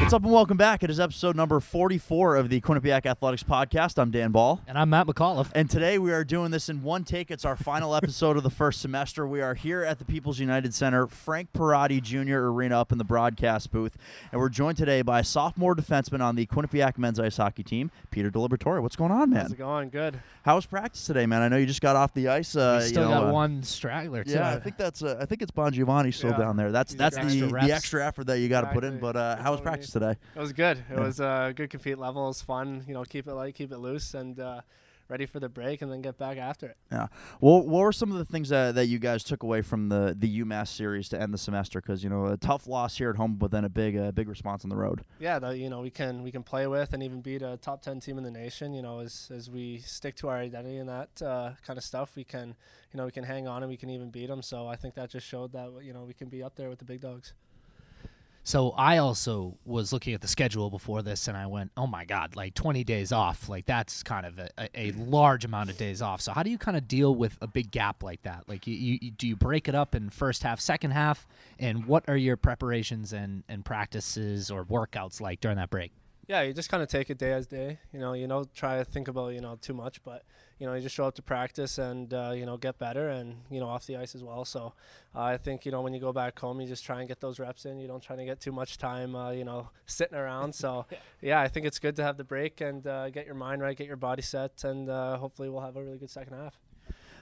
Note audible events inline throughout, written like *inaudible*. What's up and welcome back. It is episode number 44 of the Quinnipiac Athletics Podcast. I'm Dan Ball. And I'm Matt McAuliffe. And today we are doing this in one take. It's our *laughs* final episode of the first semester. We are here at the People's United Center, Frank Parati Jr. Arena up in the broadcast booth. And we're joined today by sophomore defenseman on the Quinnipiac men's ice hockey team, Peter Delibertore. What's going on, How's man? it going? Good. How was practice today, man? I know you just got off the ice. Uh, We still you know, got uh, one straggler too. Yeah, I think that's uh, I think it's Bon Giovanni still Yeah. down there. That's He's that's got the, extra the reps. extra effort that you got to put in. Exactly. But uh, That's how was all we need. practice today? It was good. It Yeah. was a uh, good compete level. It was fun. You know, keep it light, keep it loose, and uh, ready for the break, and then get back after it. Yeah. Well, what were some of the things that, that you guys took away from the, the UMass series to end the semester? Because you know a tough loss here at home, but then a big uh, big response on the road. Yeah, though you know we can we can play with and even beat a top ten team in the nation. You know, as as we stick to our identity and that uh, kind of stuff, we can you know we can hang on and we can even beat them. So I think that just showed that you know we can be up there with the big dogs. So I also was looking at the schedule before this, and I went, "Oh my God! Like 20 days off. Like that's kind of a, a, a large amount of days off. So how do you kind of deal with a big gap like that? Like, you, you, you- do you break it up in first half, second half, and what are your preparations and and practices or workouts like during that break? Yeah, you just kind of take it day as day. You know, you don't try to think about you know too much, but you know you just show up to practice and uh, you know get better and you know off the ice as well. So uh, I think you know when you go back home, you just try and get those reps in. You don't try to get too much time, uh, you know, *laughs* sitting around. So yeah, I think it's good to have the break and uh, get your mind right, get your body set, and uh, hopefully we'll have a really good second half.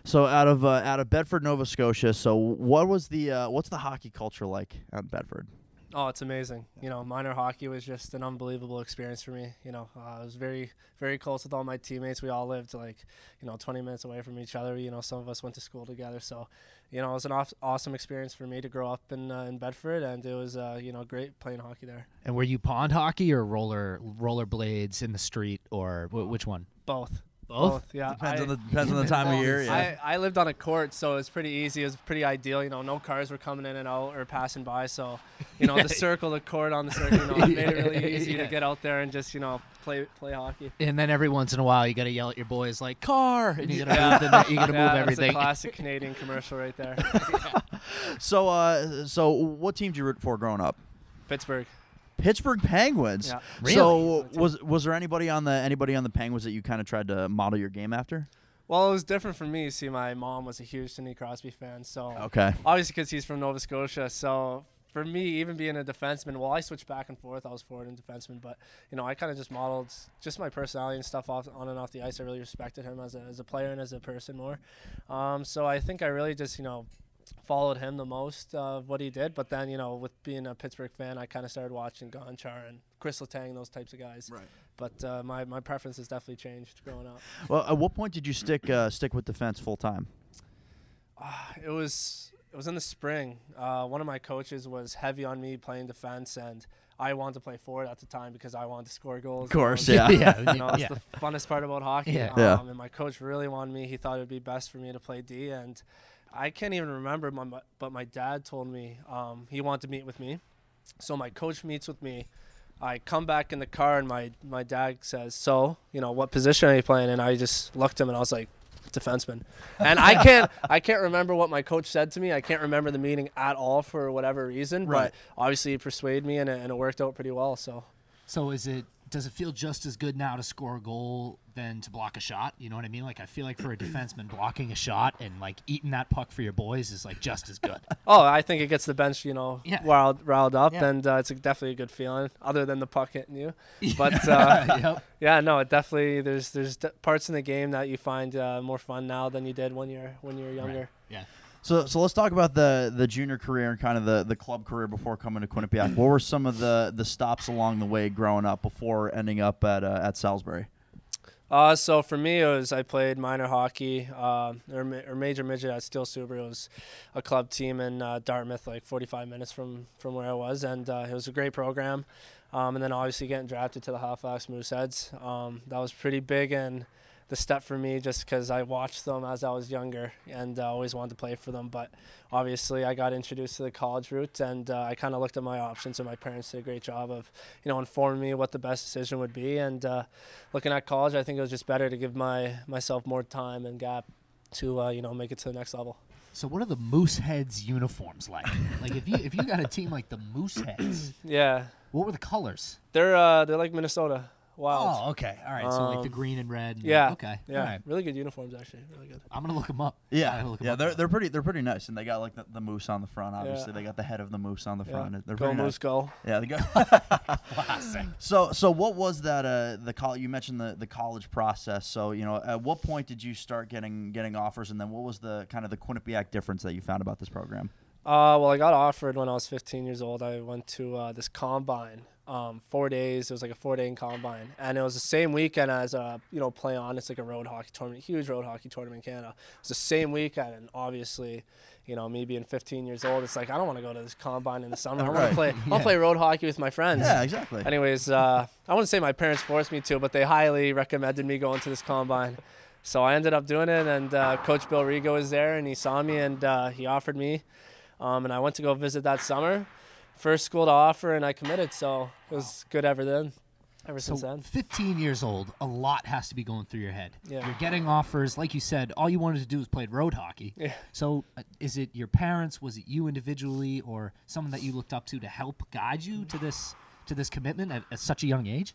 So out of uh, out of Bedford, Nova Scotia. So what was the uh, what's the hockey culture like out in Bedford? Oh, it's amazing. You know, minor hockey was just an unbelievable experience for me. You know, uh, I was very, very close with all my teammates. We all lived like, you know, 20 minutes away from each other. You know, some of us went to school together. So, you know, it was an off- awesome experience for me to grow up in, uh, in Bedford, and it was, uh, you know, great playing hockey there. And were you pond hockey or roller roller blades in the street or wh- which one? Both. Both? yeah. Depends I- on the depends *laughs* on the time of Well, year. Yeah. I, I lived on a court, so it was pretty easy. It was pretty ideal. You know, no cars were coming in and out or passing by. So, *laughs* you know, the circle, the court on the circle, you know, it made it really easy Yeah. to get out there and just, you know, play play hockey. And then every once in a while, you gotta yell at your boys like "car," and you gotta Yeah. move, the, you gotta Yeah, move That's a everything. *laughs* classic Canadian commercial right there. so uh, so what team did you root for growing up? Pittsburgh. Pittsburgh Penguins. Yeah. So was was there anybody on the anybody on the Penguins that you kind of tried to model your game after? Well, it was different for me. See, my mom was a huge Sidney Crosby fan, so Oh, Okay. obviously because he's from Nova Scotia, so. For me, even being a defenseman, well, I switched back and forth. I was forward and defenseman, but you know, I kind of just modeled just my personality and stuff off on and off the ice. I really respected him as a, as a player and as a person more. Um, so I think I really just you know followed him the most uh, of what he did. But then you know, with being a Pittsburgh fan, I kind of started watching Gonchar and Chris Letang, those types of guys. Right. But uh, my my preference has definitely changed growing up. Well, at what point did you stick uh, stick with defense full time? it was it was in the spring. Uh, one of my coaches was heavy on me playing defense, and I wanted to play forward at the time because I wanted to score goals. Of course, I wanted- yeah. yeah, *laughs* You know, it's yeah. the funnest part about hockey. Yeah. Um, Yeah. And my coach really wanted me. He thought it would be best for me to play D. And I can't even remember, my, mu- but my dad told me um, he wanted to meet with me. So my coach meets with me. I come back in the car, and my, my dad says, So, you know, what position are you playing? And I just looked at him and I was like, defenseman. And I *laughs* can't I can't remember what my coach said to me. I can't remember the meeting at all for whatever reason. Right. But obviously he persuaded me and it, and it worked out pretty well. So So is it does it feel just as good now to score a goal than to block a shot? You know what I mean? Like I feel like *clears throat* for a defenseman blocking a shot and like eating that puck for your boys is like just as *laughs* good. Oh, I think it gets the bench, you know, Yeah. riled, riled up, Yeah. and uh, it's a, definitely a good feeling, other than the puck *laughs* hitting you. But uh, yep. yeah, no, it definitely there's there's d- parts in the game that you find uh, more fun now than you did when you're when you're younger. Yeah. So, so let's talk about the the junior career and kind of the, the club career before coming to Quinnipiac. what were some of the, the stops along the way growing up before ending up at uh, at Salisbury? Uh, so for me, it was I played minor hockey um or, ma- or major midget at Steel Subaru. It was a club team in uh, Dartmouth, like 45 minutes from from where I was, and uh, it was a great program. Um, and then obviously getting drafted to the Halifax Mooseheads, um, that was pretty big and. the step for me just because I watched them as I was younger and uh, always wanted to play for them. But obviously, I got introduced to the college route and uh, I kind of looked at my options, and my parents did a great job of, you know, informing me what the best decision would be. And uh, looking at college, I think it was just better to give my myself more time and gap to, uh, you know, make it to the next level. So what are the Mooseheads uniforms like? like if you if you got a team like the Mooseheads, Yeah, what were the colors? they're uh, they're like Minnesota. Wow. Oh, okay. All right. so like the green and red. and- Um, Yeah. Okay. Yeah. All right. Really good uniforms, actually. Really good. I'm gonna look them up. I'm Yeah, gonna look 'em yeah, up they're now. they're pretty they're pretty nice, and they got like the, the moose on the front. Obviously, Yeah. they got the head of the moose on the Yeah. front. They're Go pretty Moose, nice. go. Yeah, *laughs* they got. classic. So, so what was that? Uh, the col- you mentioned the, the college process. So, you know, at what point did you start getting getting offers, and then what was the kind of the Quinnipiac difference that you found about this program? Uh, well, I got offered when I was 15 years old. I went to uh, this combine, um, four days. It was like a four-day in combine, and it was the same weekend as uh, you know, play on. It's like a road hockey tournament, huge road hockey tournament in Canada. It's the same weekend, and obviously, you know, me being 15 years old, it's like I don't want to go to this combine in the summer. I want Right. to play. I want to play road hockey with my friends. Yeah, exactly. Anyways, uh, I wouldn't say my parents forced me to, but they highly recommended me going to this combine. So I ended up doing it, and uh, Coach Bill Rigo was there, and he saw me, and uh, he offered me, um, and I went to go visit that summer. First school to offer, and I committed, so it was good ever then, ever So since then. 15 years old, a lot has to be going through your head. Yeah. You're getting offers, like you said. All you wanted to do was play road hockey. Yeah. So, uh, is it your parents? Was it you individually, or someone that you looked up to to help guide you to this to this commitment at, at such a young age?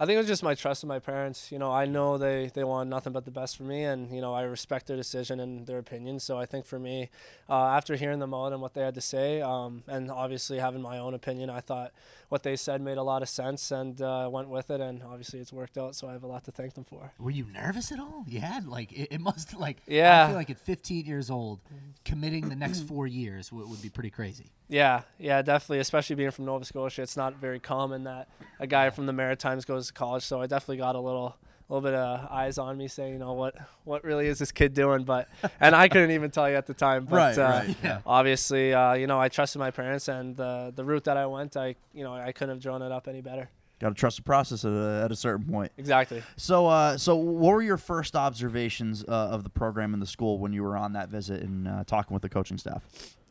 I think it was just my trust in my parents. You know, I know they they want nothing but the best for me, and you know, I respect their decision and their opinion. So I think for me, uh, after hearing them out and what they had to say, um, and obviously having my own opinion, I thought what they said made a lot of sense, and uh, I went with it. And obviously, it's worked out. So I have a lot to thank them for. Were you nervous at all? Yeah, like it, *laughs* it must like I Yeah. feel like at 15 years old, committing the next four years would, would be pretty crazy. Yeah, yeah, definitely. Especially being from Nova Scotia, it's not very common that a guy from the Maritimes goes to college. So I definitely got a little, little bit of eyes on me, saying, you know, what, what really is this kid *laughs* doing? But, and I couldn't even tell you at the time. But, Right, uh, right, yeah. Obviously, uh, you know, I trusted my parents, and the the route that I went, I, you know, I couldn't have drawn it up any better. Got to trust the process at a, at a certain point. Exactly. So, uh, so what were your first observations uh, of the program and the school when you were on that visit and uh, talking with the coaching staff?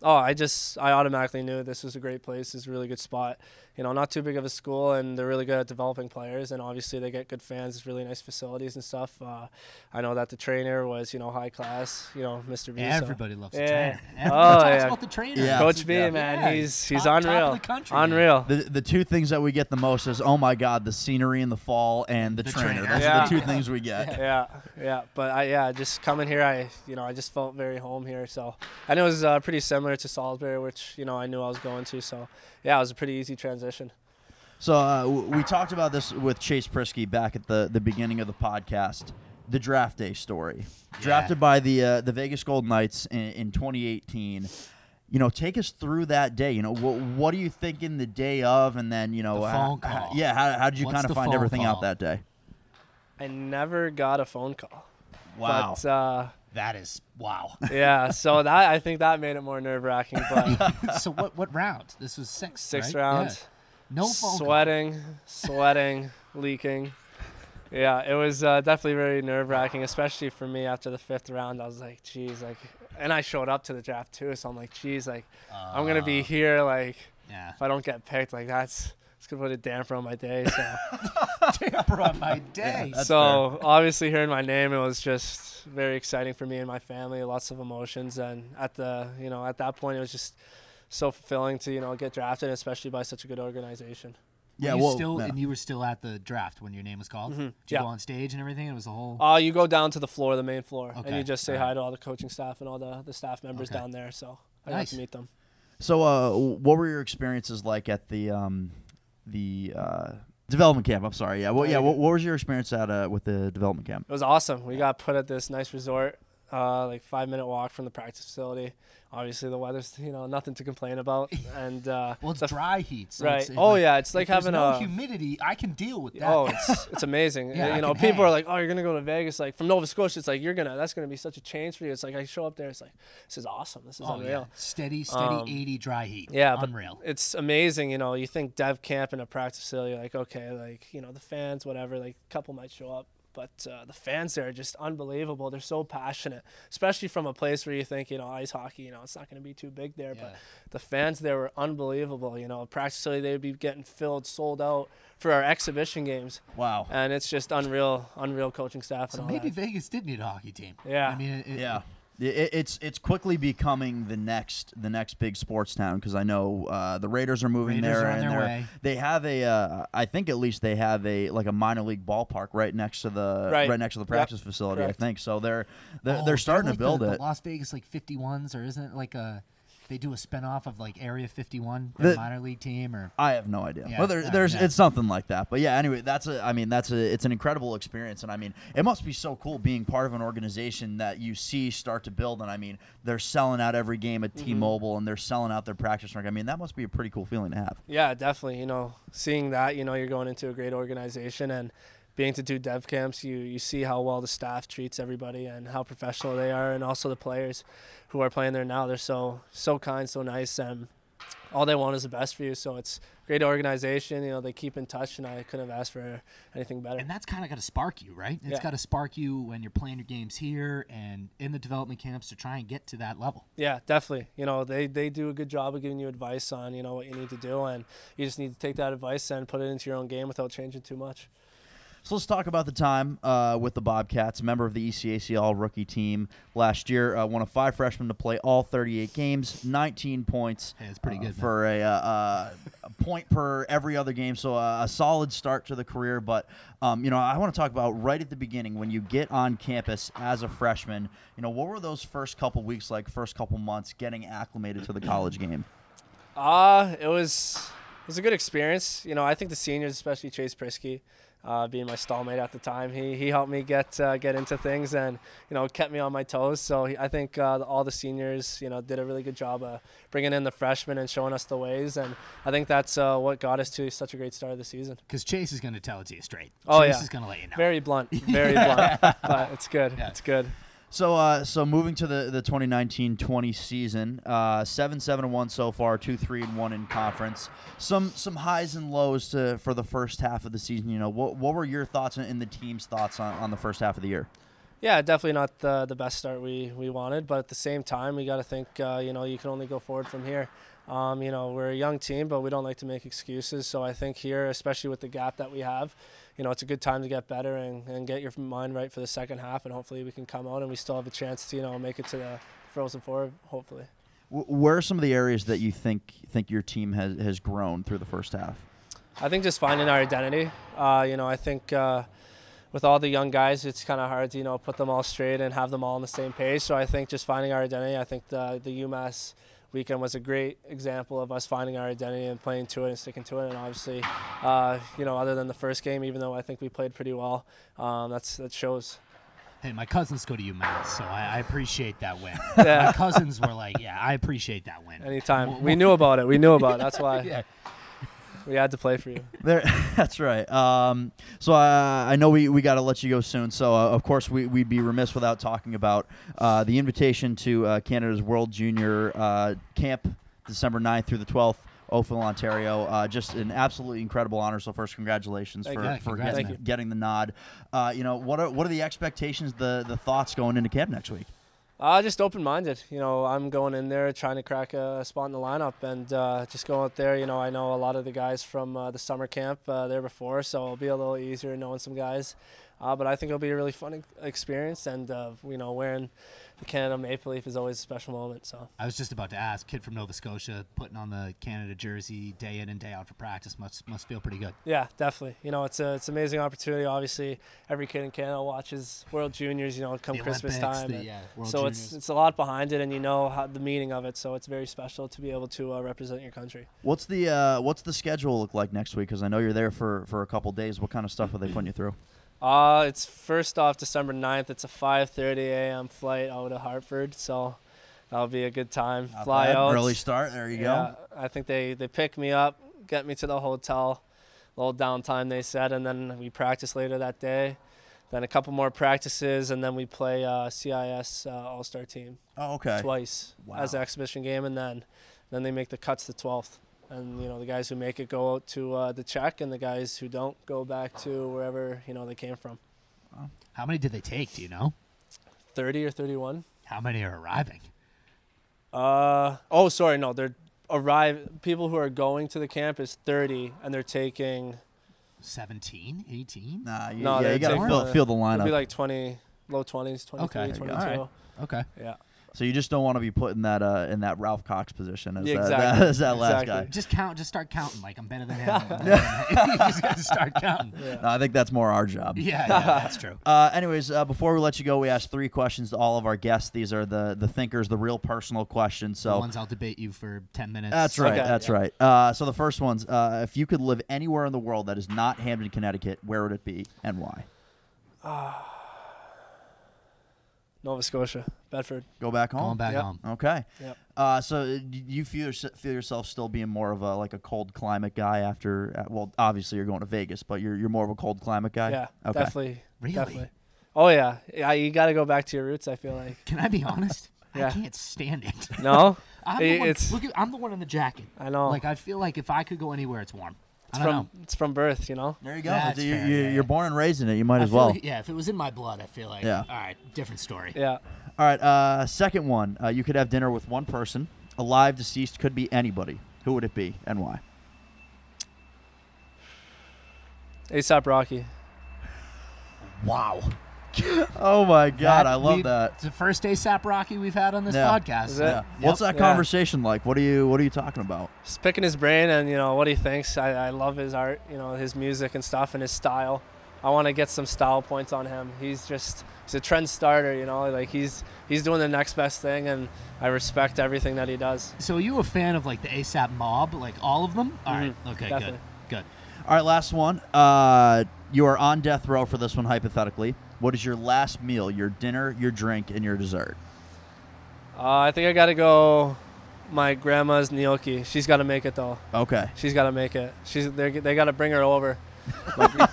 oh, I just I automatically knew this was a great place. It's a really good spot. You know, not too big of a school, and they're really good at developing players. And obviously, they get good fans. It's really nice facilities and stuff. Uh, I know that the trainer was you know high class. You know, Mr. V. so- Everybody loves the Yeah. trainer. Oh, Everybody talks yeah. about the trainer. Yeah. Coach B, Yeah. man, Yeah, he's top- he's top of the unreal, country, man. unreal. The, the two things that we get the most is oh my god, the scenery in the fall and the, The trainer. trainer. Those Yeah. are the two things we get. yeah, yeah. But I, yeah, just coming here, I, you know, I just felt very home here. So, and it was uh, pretty similar to Salisbury, which you know I knew I was going to. So, yeah, it was a pretty easy transition. So uh, w- we talked about this with Chase Prisky back at the, the beginning of the podcast. The draft day story, drafted by the uh, the Vegas Golden Knights in, in 2018. You know, take us through that day. You know, what what are you thinking the day of, and then you know, The h- phone h- call. yeah, how, how did you What's kind of the find phone everything out call? that day? I never got a phone call. But, uh, That is wow. yeah, so that I think that made it more nerve wracking. But so what what round? This was six. six right? rounds, Yeah. No phone. call. sweating, sweating, leaking. Yeah, it was uh, definitely very nerve wracking, especially for me after the fifth round. I was like, geez, like, and I showed up to the draft too, so I'm like, geez, like, I'm gonna be here, like, Yeah. if I don't get picked, like, that's it's gonna put a damper on my day. So, Damper on *laughs* my day. That's so *laughs* obviously hearing my name, it was just very exciting for me and my family. Lots of emotions, and at the you know at that point, it was just so fulfilling to you know get drafted, especially by such a good organization. yeah, you well, still yeah. and you were still at the draft when your name was called. Did you Mm-hmm. yeah. go on stage and everything? It was a whole. Uh, you go down to the floor, the main floor, and Okay, you just say alright. hi to all the coaching staff and all the, the staff members Okay. down there. So I got Nice. to meet them. So, uh, what were your experiences like at the um, the uh, development camp? I'm sorry. Yeah. Well, yeah. What, what was your experience at uh, with the development camp? It was awesome. We got put at this nice resort, uh, like five minute walk from the practice facility. Obviously, the weather's you know nothing to complain *laughs* about, and uh, well, it's the- dry heat. So right. It's, Oh, yeah, it's if like there's having no a- humidity. I can deal with that. Oh, it's it's *laughs* amazing. Yeah, I you know, can people are hang. like, "Oh, you're gonna go to Vegas." Like from Nova Scotia, it's like you're gonna that's gonna be such a change for you. It's like I show up there, it's like this is awesome. This is Oh, yeah. unreal. Steady, steady, Um, 80 dry heat. Yeah, but unreal. it's amazing. You know, you think dev camp in a practice facility, like okay, like you know the fans, whatever. Like a couple might show up, But uh, the fans there are just unbelievable. They're so passionate, especially from a place where you think, you know, ice hockey, you know, it's not going to be too big there. But Yeah. the fans there were unbelievable. You know, practically they would be getting filled, sold out for our exhibition games. Wow. And it's just unreal, unreal coaching staff. So and all maybe that. Vegas did need a hockey team. Yeah. I mean, it, it- Yeah. It, it's it's quickly becoming the next the next big sports town because I know uh, the Raiders are moving Raiders there are on and their they're- way. they have a uh, I think at least they have a like a minor league ballpark right next to the Right. next to the Yep. practice facility Correct. I think so they're they're, Oh, they're starting like to build the, it The Las Vegas like 51s or isn't it like a they do a spinoff of like Area 51 The- their minor league team or I have no idea. Yeah, well, there, all right, there's yeah. it's something like that. But yeah, anyway, that's a. I mean, that's a. It's an incredible experience, and I mean, it must be so cool being part of an organization that you see start to build. And I mean, they're selling out every game Mm-hmm. at T-Mobile, and they're selling out their practice rink. I mean, that must be a pretty cool feeling to have. Yeah, definitely. You know, seeing that, you know, you're going into a great organization and being to do dev camps, you you see how well the staff treats everybody and how professional they are, and also the players who are playing there now. They're so so kind, so nice, and all they want is the best for you. So it's great organization. You know, they keep in touch, and I couldn't have asked for anything better. and that's kind of got to spark you, right? It's Yeah. got to spark you when you're playing your games here and in the development camps to try and get to that level. Yeah, definitely. You know, they, they do a good job of giving you advice on, you know, what you need to do and you just need to take that advice and put it into your own game without changing too much. So let's talk about the time uh, with the Bobcats, member of the E ECAC All Rookie Team last year. Uh, one of five freshmen to play all 38 games, 19 points. Hey, that's pretty uh, good, man. for a, uh, uh, a point per every other game. So uh, a solid start to the career. But um, you know, I want to talk about right at the beginning when you get on campus as a freshman. You know, what were those first couple weeks like? First couple months getting acclimated to the college game. Uh, it was it was a good experience. You know, I think the seniors, especially Chase Prisky, uh, being my stallmate at the time, he he helped me get uh, get into things and you know kept me on my toes. So he, I think uh, all the seniors, you know, did a really good job of bringing in the freshmen and showing us the ways. And I think that's uh, what got us to such a great start of the season. Because Chase is going to tell it to you straight. Oh, Chase yeah. is going to let you know. Very blunt, very blunt, but it's good. It's good. So, uh, so moving to the, the 2019-20 season, uh, seven seven and one so far, two three and one in conference. Some some highs and lows to, for the first half of the season. You know, what what were your thoughts and, and the team's thoughts on, on the first half of the year? Yeah, definitely not the, the best start we, we wanted, but at the same time, we got to think, uh, you know, you can only go forward from here. Um, you know, we're a young team, but we don't like to make excuses. So I think here, especially with the gap that we have, you know, it's a good time to get better and, and get your mind right for the second half, and hopefully we can come out and we still have a chance to, you know, make it to the Frozen Four, hopefully. Wh- Where are some of the areas that you think think your team has, has grown through the first half? I think just finding our identity. Uh, you know, I think uh, with all the young guys, it's kind of hard to you know put them all straight and have them all on the same page. So I think just finding our identity. I think the the UMass weekend was a great example of us finding our identity and playing to it and sticking to it. And obviously, uh, you know, other than the first game, even though I think we played pretty well, um, that's that shows. *laughs* Hey, my cousins go to UMass, so I, I appreciate that *laughs* win. Yeah. My cousins were like, yeah, I appreciate that win. Anytime we knew about it, we knew about it. That's why Yeah. we had to play for you. There, *laughs* that's right. Um, so uh, I know we, we got to let you go soon. So uh, of course we we would be remiss without talking about uh, the invitation to uh, Canada's World Junior uh, Camp, December 9th through the twelfth. Oakville, Ontario, uh, just an absolutely incredible honor. So first, congratulations Thank for, you. Yeah, for congrats, getting, man. getting the nod. Uh, you know what are what are the expectations, the the thoughts going into camp next week? Uh, just open minded. You know, I'm going in there trying to crack a spot in the lineup and uh, just go out there. You know, I know a lot of the guys from uh, the summer camp uh, there before, so it'll be a little easier knowing some guys. Uh, but I think it'll be a really fun ex- experience, and uh, you know, wearing the Canada Maple Leaf is always a special moment. So I was just about to ask, kid from Nova Scotia putting on the Canada jersey day in and day out for practice must must feel pretty good. yeah, definitely. You know, it's a it's an amazing opportunity. Obviously, every kid in Canada watches World Juniors. You know, come The Christmas Olympics, time. the, and- yeah, World so Juniors. it's it's a lot behind it, and you know how, the meaning of it. So it's very special to be able to uh, represent your country. What's the uh, what's the schedule look like next week? Because I know you're there for for a couple days. What kind of stuff are they putting you through? Uh, it's first off December 9th. It's a 5:30 a.m. flight out of Hartford, so that'll be a good time. Not Fly bad. out. early start. There you go. Yeah, I think they they pick me up, get me to the hotel, little downtime they said, and then we practice later that day. Then a couple more practices, and then we play uh, CIS uh, All Star Team Oh, okay. twice Wow. as an exhibition game, and then then they make the cuts the 12th. And you know the guys who make it go out to uh, the check, and the guys who don't go back to wherever you know they came from. Wow. How many did they take? Do you know? 30 or 31. How many are arriving? Uh, oh, sorry, no, they're arrive people who are going to the camp is 30 and they're taking 17, 18? Nah, you, No, yeah, you they'd gotta take feel, the- feel the it'll lineup. be like 20 low 20s, 23, Okay, there 22. you go. All Okay. Yeah. so you just don't want to be put in that uh, in that Ralph Cox position as uh, Yeah, that, exactly. that, *laughs* as that last Exactly. guy. Just count. Just start counting. Like I'm better than *laughs* him. I'm better than him. *laughs* you just gotta start counting. Yeah, No, I think that's more our job. *laughs* yeah, that's true. Uh, anyways, uh, before we let you go, we asked three questions to all of our guests. These are the the thinkers, the real personal questions. The So ones I'll debate you for ten minutes. That's right. Okay. That's Yeah. right. Uh, so the first one's uh, if you could live anywhere in the world that is not Hamden, Connecticut, where would it be and why? Nova Scotia, Bedford. Go back home. Going back Yep. home. Okay. Yep. Uh, so uh, do you feel yourse- feel yourself still being more of a like a cold climate guy after? uh, Well, obviously you're going to Vegas, but you're you're more of a cold climate guy. Yeah, Okay. definitely. Really? Definitely. Oh yeah. Yeah, you got to go back to your roots, I feel like. Can I be honest? I *laughs* Yeah. can't stand it. *laughs* No? *laughs* I'm It- the one, it's look at, I'm the one in the jacket. I know. Like I feel like if I could go anywhere, it's warm. it's I don't from know. it's from birth, you know. There you go. That's you, fair, you, yeah, yeah. You're born and raised in it. You might I as feel well. like- yeah, if it was in my blood, I feel like. Yeah. All right, different story. Yeah. All right. Uh, second one. Uh, you could have dinner with one person, alive, deceased, could be anybody. Who would it be and why? ASAP Rocky. Wow. Oh my God! I love we- that. It's the first ASAP Rocky we've had on this Yeah. podcast. Is it? Yeah. Yep. What's that Yeah. conversation like? What are you What are you talking about? Just picking his brain and you know what he thinks. I, I love his art, you know, his music and stuff and his style. I want to get some style points on him. He's just he's a trend starter, you know, like he's he's doing the next best thing and I respect everything that he does. So are you a fan of like the ASAP mob, like all of them? All right. Mhm, Okay. definitely. Good. Good. All right, last one. Uh, you are on death row for this one, hypothetically. What is your last meal? Your dinner, your drink, and your dessert. Uh, I think I got to go my grandma's gnocchi. She's got to make it though. Okay. She's got to make it. She's they're- they got to bring her over. they can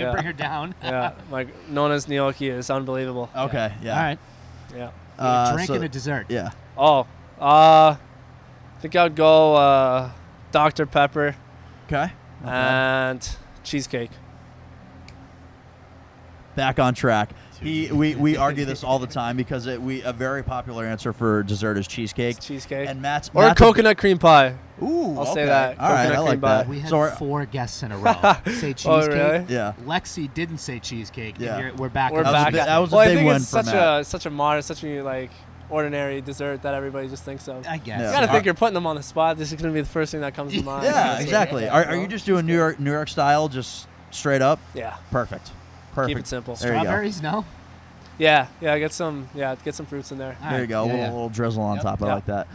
Yeah. bring her down. Yeah, *laughs* my Nona's gnocchi is unbelievable. Okay. Yeah. All right. Yeah. Uh, a drink so- and a dessert. Yeah. Oh, uh, I think I would go uh, Dr Pepper Okay. and cheesecake. Back on track. He, we, *laughs* we argue this all the time because it, we a very popular answer for dessert is cheesecake. It's cheesecake And Matt's or Matt's a- coconut cream pie. Ooh, I'll say okay. that. All right, Coconut I like cream pie. that. Uh, We had so our- Oh, four guests in *laughs* a row say cheesecake. really? yeah, Lexi didn't say cheesecake. Yeah. And you're, we're back. We're on was a back. big- at- that was a well, big I think one it's for such Matt. a such a modern, such a like ordinary dessert that everybody just thinks of. I guess. Yeah. You gotta All think you're putting them on the spot. This is gonna be the first thing that *laughs* comes to mind. yeah, It's exactly. like, Are, are you just doing New York New York style, just straight up? Yeah. Perfect. Perfect. Keep it simple. There you go. Strawberries? No. Yeah, yeah. Get some, yeah. Get some fruits in there. All There you right. go. a Yeah, little, yeah. little drizzle on Yep. top. I Yep. like that.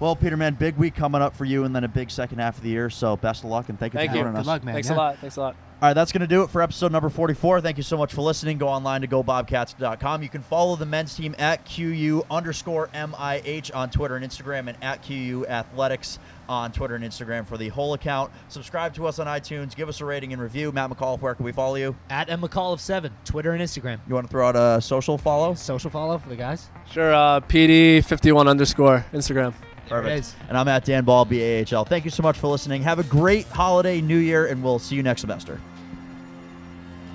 Well, Peter, man, big week coming up for you, and then a big second half of the year. So best of luck, and thank you Thank for you. joining us. Good luck, man. Thanks Yeah. a lot. Thanks a lot. All right, that's going to do it for episode number 44. Thank you so much for listening. Go online to gobobcats.com. You can follow the men's team at QU underscore MIH on Twitter and Instagram and at QU Athletics on Twitter and Instagram for the whole account. Subscribe to us on iTunes. Give us a rating and review. Matt McAuliffe, where can we follow you? At M McCall of seven, Twitter and Instagram. You want to throw out a social follow? Social follow for the guys. Sure. Uh, PD fifty one underscore Instagram. There it Perfect. is. And I'm at Dan Ball, BAHL. Thank you so much for listening. Have a great holiday, New Year, and we'll see you next semester.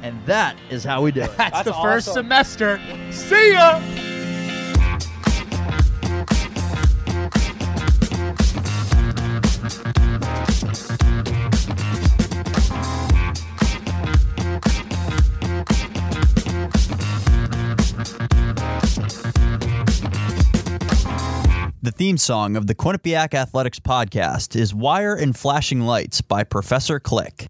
And that is how we do it. That's, the first awesome. semester. See ya. *laughs* The theme song of the Quinnipiac Athletics podcast is Wire and Flashing Lights by Professor Click.